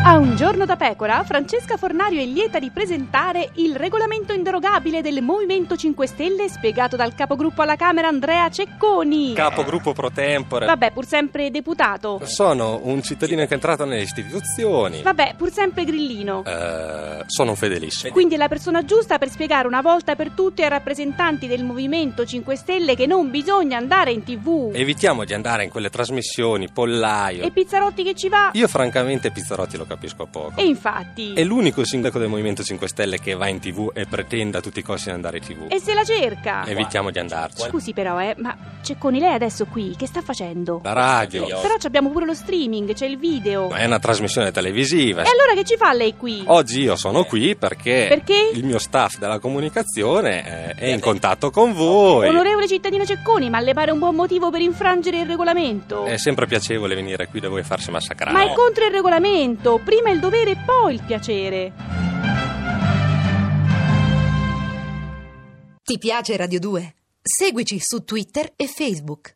A un giorno da pecora, Francesca Fornario è lieta di presentare il regolamento inderogabile del Movimento 5 Stelle spiegato dal capogruppo alla Camera Andrea Cecconi. capogruppo pro tempore. Vabbè, pur sempre deputato. Sono un cittadino che è entrato nelle istituzioni. Vabbè, pur sempre grillino. Eh, sono un fedelissimo. Quindi è la persona giusta per spiegare una volta per tutte ai rappresentanti del Movimento 5 Stelle che non bisogna andare in tv. Evitiamo di andare in quelle trasmissioni, pollaio. E Pizzarotti che ci va? Io francamente Pizzarotti lo capisco poco. E infatti. È l'unico sindaco del Movimento 5 Stelle che va in tv e pretende a tutti i costi di andare in tv. E se la cerca? Evitiamo di andarci. Scusi però, eh, ma Cecconi lei adesso qui che sta facendo? La radio. Però ci abbiamo pure lo streaming, c'è il video. Ma è una trasmissione televisiva. E allora che ci fa lei qui? Oggi io sono qui perché, Perché? Oh, eh, il mio staff della comunicazione eh, è in contatto con voi. Onorevole cittadino Cecconi, ma le pare un buon motivo per infrangere il regolamento? È sempre piacevole venire qui da voi e farsi massacrare. Ma è contro il regolamento, prima il dovere e poi il piacere. Ti piace Radio 2? Seguici su Twitter e Facebook.